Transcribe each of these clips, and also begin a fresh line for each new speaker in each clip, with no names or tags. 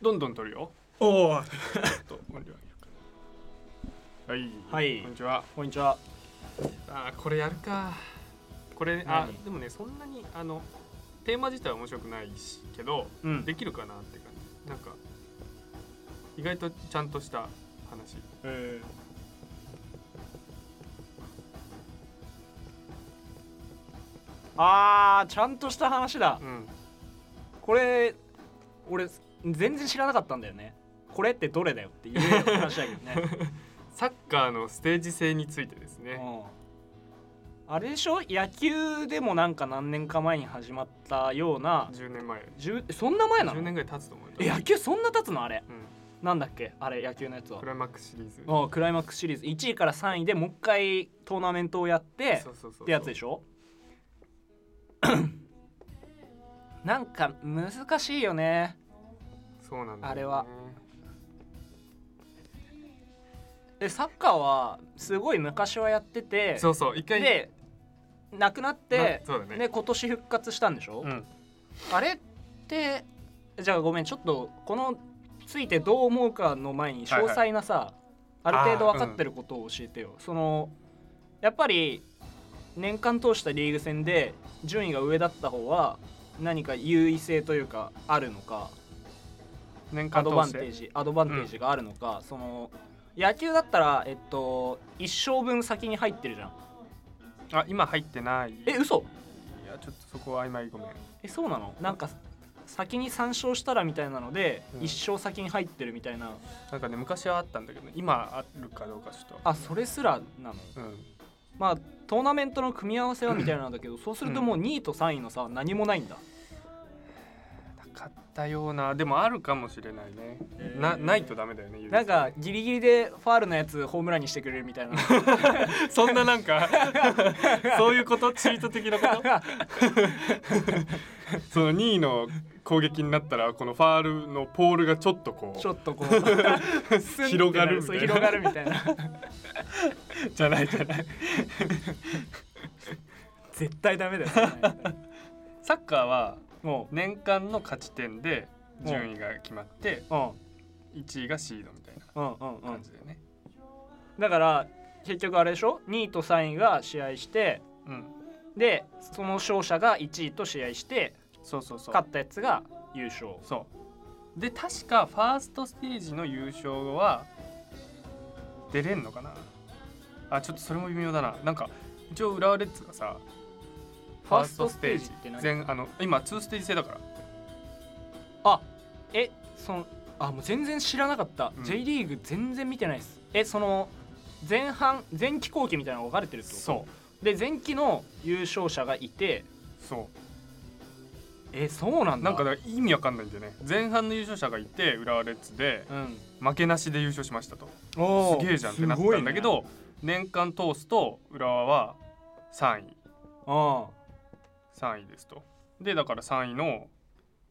どんどん撮るよ。
おお
ちょっと音量上げるからはい。
はい
こんにちは。
こんにちは
あーこれやるか。これあ
何
でもねそんなにあのテーマ自体は面白くないしけど、
うん
できるかなって感じ。なんか意外とちゃんとした話。
えー、あーちゃんとした話だ
うん。
これ俺全然知らなかったんだよねこれってどれだよっていう話だけどね、
サッカーのステージ性についてですね。
うん、あれでしょ野球でもなんか何年か前に始まったような
10年前。
10そんな前な
10年ぐ
の
らい経つと思うよ。
え野球そんな経つのあれ
うん。
なんだっけあれ野球のやつは
クライマックスシリーズ。
うんクライマックスシリーズ1位から3位でもう一回トーナメントをやって
そうそうそうそう。
ってやつでしょなんか難しいよね
そうなんだ、
あれは。でサッカーはすごい昔はやってて
そうそう一回
でなくなっ
な
て
そうだね
で今年復活したんでしょ、
うん
あれってじゃあごめんちょっとこのついてどう思うかの前に詳細なさ、ある程度分かってることを教えてよ、そのやっぱり年間通したリーグ戦で順位が上だった方は何か優位性というかあるのか
年間
ア
通
ドバン
し
テ
て
ージアドバンテージがあるのか、その野球だったらえっと1勝分先に入ってるじゃん
あ今入ってない
え嘘
いやちょっとそこは曖昧ごめん
えそうなのなんか先に3勝したらみたいなので、
うん
1勝先に入ってるみたいな
なんかね昔はあったんだけど今あるかどうかちょっ
あそれすらなの
とうん
まあトーナメントの組み合わせはみたいなんだけどそうするともう2位と3位の差は何もないんだ、
なかったようなでもあるかもしれないね、なないとダメだよね
なんかギリギリでファールのやつホームランにしてくれるみたいな
そんななんか そういうことチート的なこと その2位の攻撃になったらこのファールのポールがちょっとこ
ちょっとこうスンってな
広がるみたいな
そう広がるみたいな
うじゃないじゃない
絶対ダメだよそ れね
サッカーは
も
年間の勝ち点で順位が決まって
ううん
1位がシードみたいな
うんうんうん
感じだよね
だから結局あれでしょ2位と3位が試合して
うん
でその勝者が1位と試合して
そうそうそう
勝ったやつが優勝
そうで確かファーストステージの優勝は出れんのかなあちょっとそれも微妙だななんか一応浦和レッズがさ
ファーストステージって何
全あの今2ステージ制だから
あえそのあもう全然知らなかった、
うん
J リーグ全然見てないですえその前半前期後期みたいなのが分かれてるってこと
そう
うで前期の優勝者がいて
そ
えそうなん
うな
だ
んかだから意味わかんないんだよね前半の優勝者がいて浦和レッズで
うん
負けなしで優勝しましたと
お
すげえじゃんってなったんだけど、年間通すと浦和は3位
あ
3位ですとでだから3位の、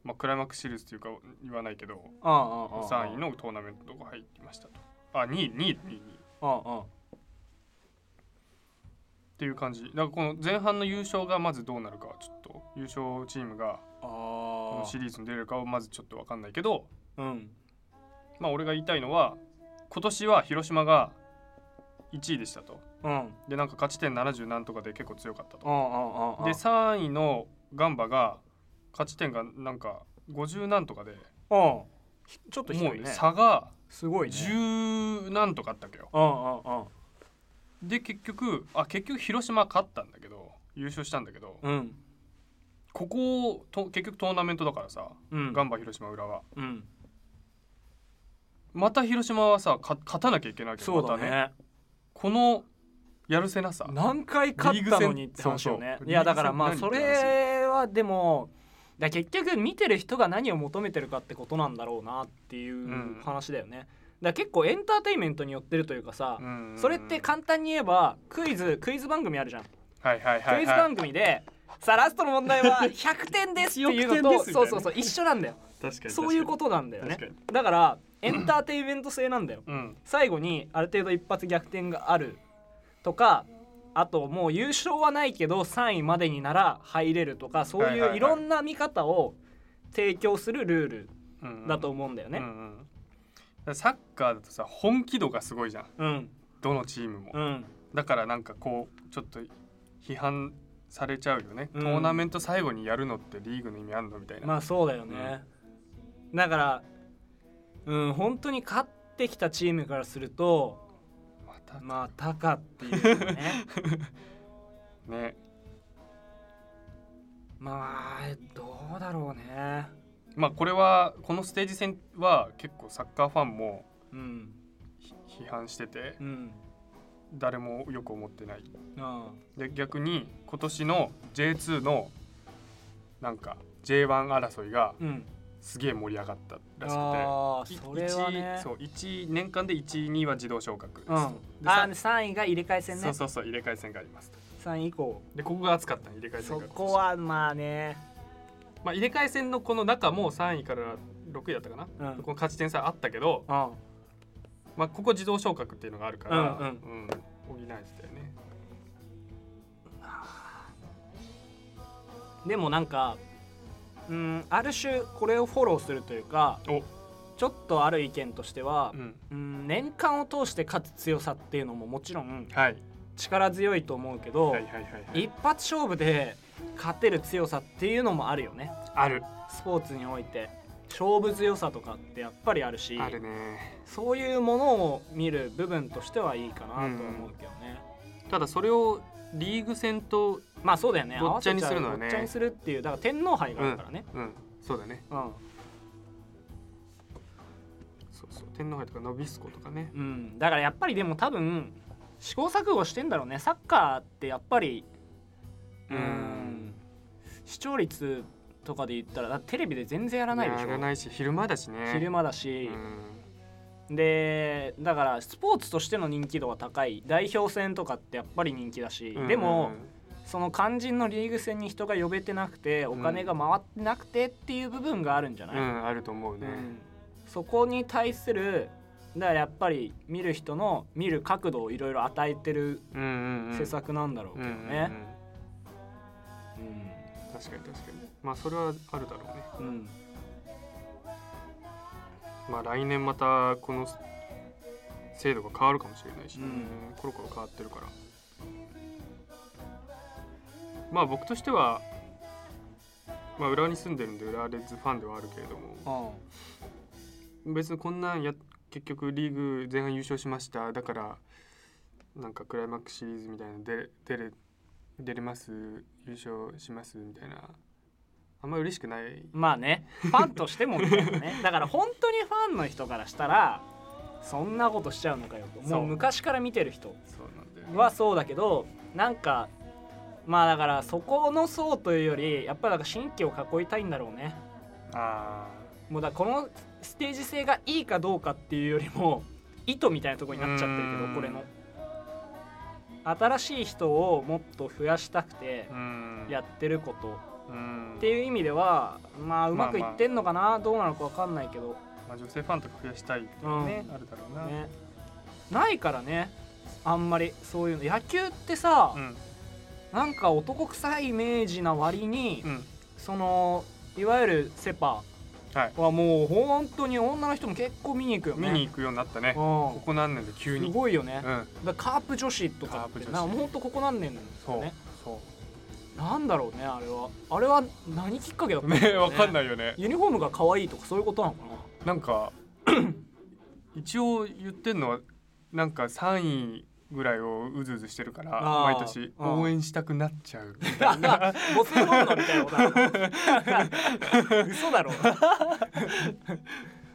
まあ、クライマックスシリーズっていうか言わないけど
あああああ
3位のトーナメントが入りましたとあ2位2位2位
あああ
っていう感じだからこの前半の優勝がまずどうなるかはちょっと優勝チームがこ
あ
のシリーズに出れるかはまずちょっと分かんないけど
うん
まあ俺が言いたいのは今年は広島が1位でしたと
うんあ
でなんか勝ち点70何とかで結構強かったと
ああああ
で3位のガンバが勝ち点がなんか50何とかで
あひちょっと低
もう
い
ね
ね
差が
すごいね
10何とかあったわけよ
ああああ
で結局あ結局広島勝ったんだけど優勝したんだけど
うん
ここをと結局トーナメントだからさ
うん
ガンバ広島浦和
うん
また広島はさか勝たなきゃいけないわけど
そうだ
またね
ね
このやるせなさ
何回勝ったのにって話よね
リーグ戦そうそう
いやだからまあ
リーグ
そ
戦何って話
れはでもだから結局見てる人が何を求めてるかってことなんだろうなっていうんう話だよね、だから結構エンターテインメントに寄ってるというかさ、
うん
それって簡単に言えばクイズクイズ番組あるじゃん、
はいはいはいはい
クイズ番組でさあラストの問題 は100点ですっていう
100
の
点で
と
すみたい
そ
な
うそうそう一緒なんだよ
確かに
そういうこととなんだよね
確かに
だからエンターテインメント性なんだよ
うん
最後にある程度一発逆転があるとかあともう優勝はないけど3位までになら入れるとかそう
はいはい
い
は
う
い
いろんな見方を提供するルール
うんうん
だと思うんだよ
う
ね。
んうんだからサッカーだとさ本気度がすごいじゃん
うん、
どのチームも、
うん、
だからなんかこうちょっと批判されちゃうよね、
うん
トーナメント最後にやるのってリーグの意味あんのみたいな、
まあそうだよね。だから、うん、本当に勝ってきたチームからすると、
また
まあタカっていうよ ね。
ね
まあどうだろうね。
まあこれはこのステージ戦は結構サッカーファンも
うん、
ひ批判してて
うん、
誰もよく思ってない
あ
で逆に今年の J2 のなんか J1 争いが
あ、うん、
すげえ盛り上がったらし
ああ
くてい
それはね
一。そう1年間で1位2位は自動昇格です
う
と、
ん、
で
あ
さ
3位が入れ替え戦
そ
ね
うそうそう入れ替え戦がありますと
3位以降
でここが熱かったの入れ替え戦
そ
が今年
こはまあね、
まあ、入れ替え戦のこの中も3位から6位だったかな、
うん、
この勝ち点差あったけど、
あ
まあ、ここ自動昇格っていうのがあるから、
うんうん
うん補えてたよね
でもなんかうんある種これをフォローするというか
お
ちょっとある意見としては
う、ん
うん、年間を通して勝つ強さっていうのももちろん
はい
力強いと思うけど、
はいはいはいはい
一発勝負で勝てる強さっていうのもあるよね
ある
スポーツにおいて勝負強さとかってやっぱりあるし
あるね
そういうものを見る部分としてはいいかなと思うけどね。
ただそれをリーグ戦と
まあそうだよね
ごっちゃにするのは
合わ
ね
せちゃうごっちゃにするっていうだから天皇杯があるからね
うんそうだね
うん、うん
そうそう天皇杯とかノビスコとかね
だからやっぱりでも多分試行錯誤してんだろうねサッカーってやっぱりうーん視聴率とかで言ったらだってテレビで全然やらないでし
や
ょ
らないし昼間だしね
昼間だし、でだからスポーツとしての人気度は高い代表戦とかってやっぱり人気だし、
うん
でも、その肝心のリーグ戦に人が呼べてなくてお金が回ってなくてっていう部分があるんじゃ
う
なんい、
うんあると思うね、
うんそこに対するだからやっぱり見る人の見る角度をいろいろ与えてる
うん、うんうん
施策なんだろうけど
うん
ね。
うんうん
うん
確かに確かにまあそれはあるだろうね
うん
まあ来年またこの制度が変わるかもしれないし、
う
ね
ん
コロコロ変わってるからまあ僕としては、まあ、浦和に住んでるんで浦和レッズファンではあるけれども
あ
別にこんなんや結局リーグ前半優勝しましただからなんかクライマックスシリーズみたいなの出出れ出れます優勝しますみたいなあんま嬉しくない
まあねファンとしてもみたいなねだから本当にファンの人からしたらそんなことしちゃうのかよと
そ
も
う
う昔から見てる人
そうなんだよ
はそうだけどなんかまあだからそこの層というよりやっぱり新規を囲いたいんだろうね。
ああ
もうだからこのステージ性がいいかどうかっていうよりも意図みたいなところになっちゃってるけ
う
ど
ん
これの新しい人をもっと増やしたくて
うん
やってること
うん
っていう意味ではまあうまくい
まあまあ
ってんのかなどうなのかわかんないけど
まあ、女性ファンとか増やしたいっていうのはね、あるだろうな、
ねないからねあんまりそういうの野球ってさ
うん
なんか男臭いイメージな割に
うん
そのいわゆるセパ
はい
はもう本当に女の人も結構見に行くよね
見に行くようになったね、
うん
ここ何年で急に
すごいよね、
うん
だからカープ女子とかっ
カープ女
て
子
なんかもうほんとここ何年なんです
そう、
よね
そ
なんだろうねあれはあれは何きっかけだった
う
の
ねわかん
い
ないよね
ユニフォームが可愛いとかそういうことなのか
なんか 一応言ってんのはなんか3位ぐらいをうずうずしてるから
あー
毎年
あー
応援したくなっちゃうみたいな
なボスロードみたいなことなの嘘だろ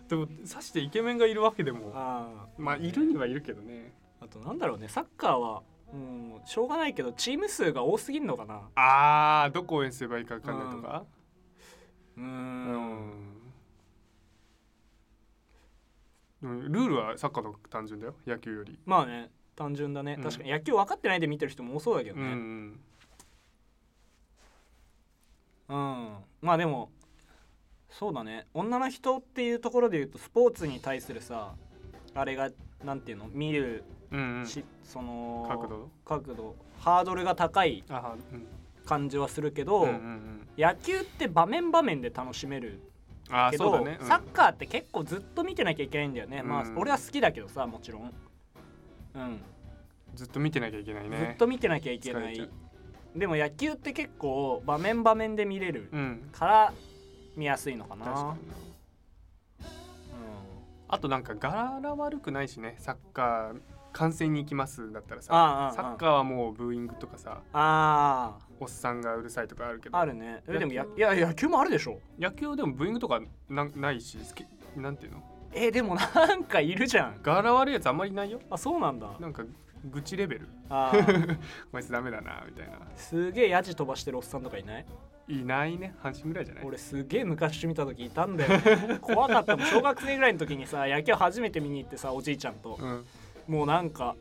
でもさしてイケメンがいるわけでも
あ
まあいるにはいるけどね
あとなんだろうねサッカーはもうしょうがないけどチーム数が多すぎんのかな
あーどこ応援すればいいかわかんないとか
う
うんんでもルールはサッカーの方が単純だよ野球より
まあね単純だね
うん
確かに野球分かってないで見てる人も多そうだけど
う
ね
ん
うん、まあでもそうだね女の人っていうところで言うとスポーツに対するさあれがなんていうの見る
うんうん
し、その
角度
角度ハードルが高い
あうん
感じはするけど、
うんうんうん
野球って場面場面で楽しめる
あー
け
そうだ
ど、
ね、うん
サッカーって結構ずっと見てなきゃいけないんだよね、まあ
うん
俺は好きだけどさもちろん、うん
ずっと見てなきゃいけないね
ずっと見てなきゃいけな
疲れちゃ
いでも野球って結構場面場面で見れる
うん
から見やすいのかな
確かになあとなんか柄悪くないしねサッカー観戦に行きますだったらさ
ああああ
サッカーはもうブーイングとかさ
あ
おっさんがうるさいとかあるけ
あ
ど
あるねえでもや
野
いや野球もあるでしょ
野球でもブーイングとかなないし好きなんていうの
えでもなんかいるじゃん
柄悪いやつあんまりいないよ
あそうなんだ
なんか愚痴レベル
あ ー
こいつダメだなみたいな
すげえヤジ飛ばしてるおっさんとかいない
いないね半身ぐらいじゃない
俺すげえ昔見た時いたんだよ、ね、怖かったもん小学生ぐらいの時にさ野球初めて見に行ってさおじいちゃんと
うん
もうなんか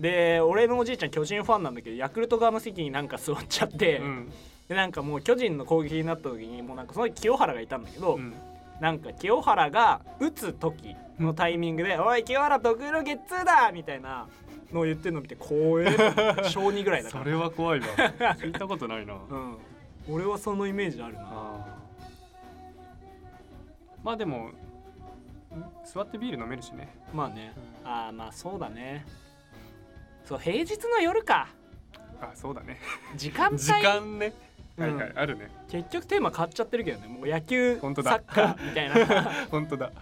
で俺のおじいちゃん巨人ファンなんだけどヤクルト側の席になんか座っちゃって、
うん
でなんかもう巨人の攻撃になった時にもうなんかその時清原がいたんだけど、
うん
なんか清原が打つ時のタイミングで「おい清原得意のゲッツーだ!」みたいなのを言ってるの見て 光栄小2ぐらいだか
そ
ら、
れは怖いわ 聞いたことないな
うん、俺はそのイメージあるな
あーまあでもん座ってビール飲めるしね
まあねあーまあそうだねそう平日の夜か
あそうだね
時間帯
時間ね
うん
はいはいあるね
結局テーマ変わっちゃってるけどねもう野球サ
本当だ
ッカーみたいな
本 当だ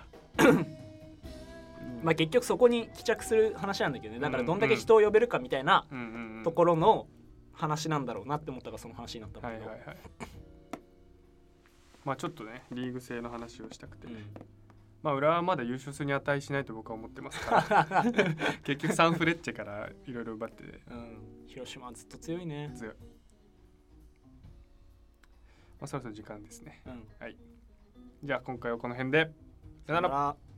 まあ結局そこに帰着する話なんだけどねだからどんだけ人を呼べるかみたいな
うんうんうん
ところの話なんだろうなって思ったからその話になったんだ
はい
け
はい
ど、
はいまあちょっとねリーグ制の話をしたくて、
うん
まあ浦和はまだ優勝するに値しないと僕は思ってますから結局サンフレッチェからいろいろ奪って
うん、広島はずっと強いね。
強い、まあ、そろそろ時間ですね
うん、
じゃあ今回はこの辺でさよなら
ら。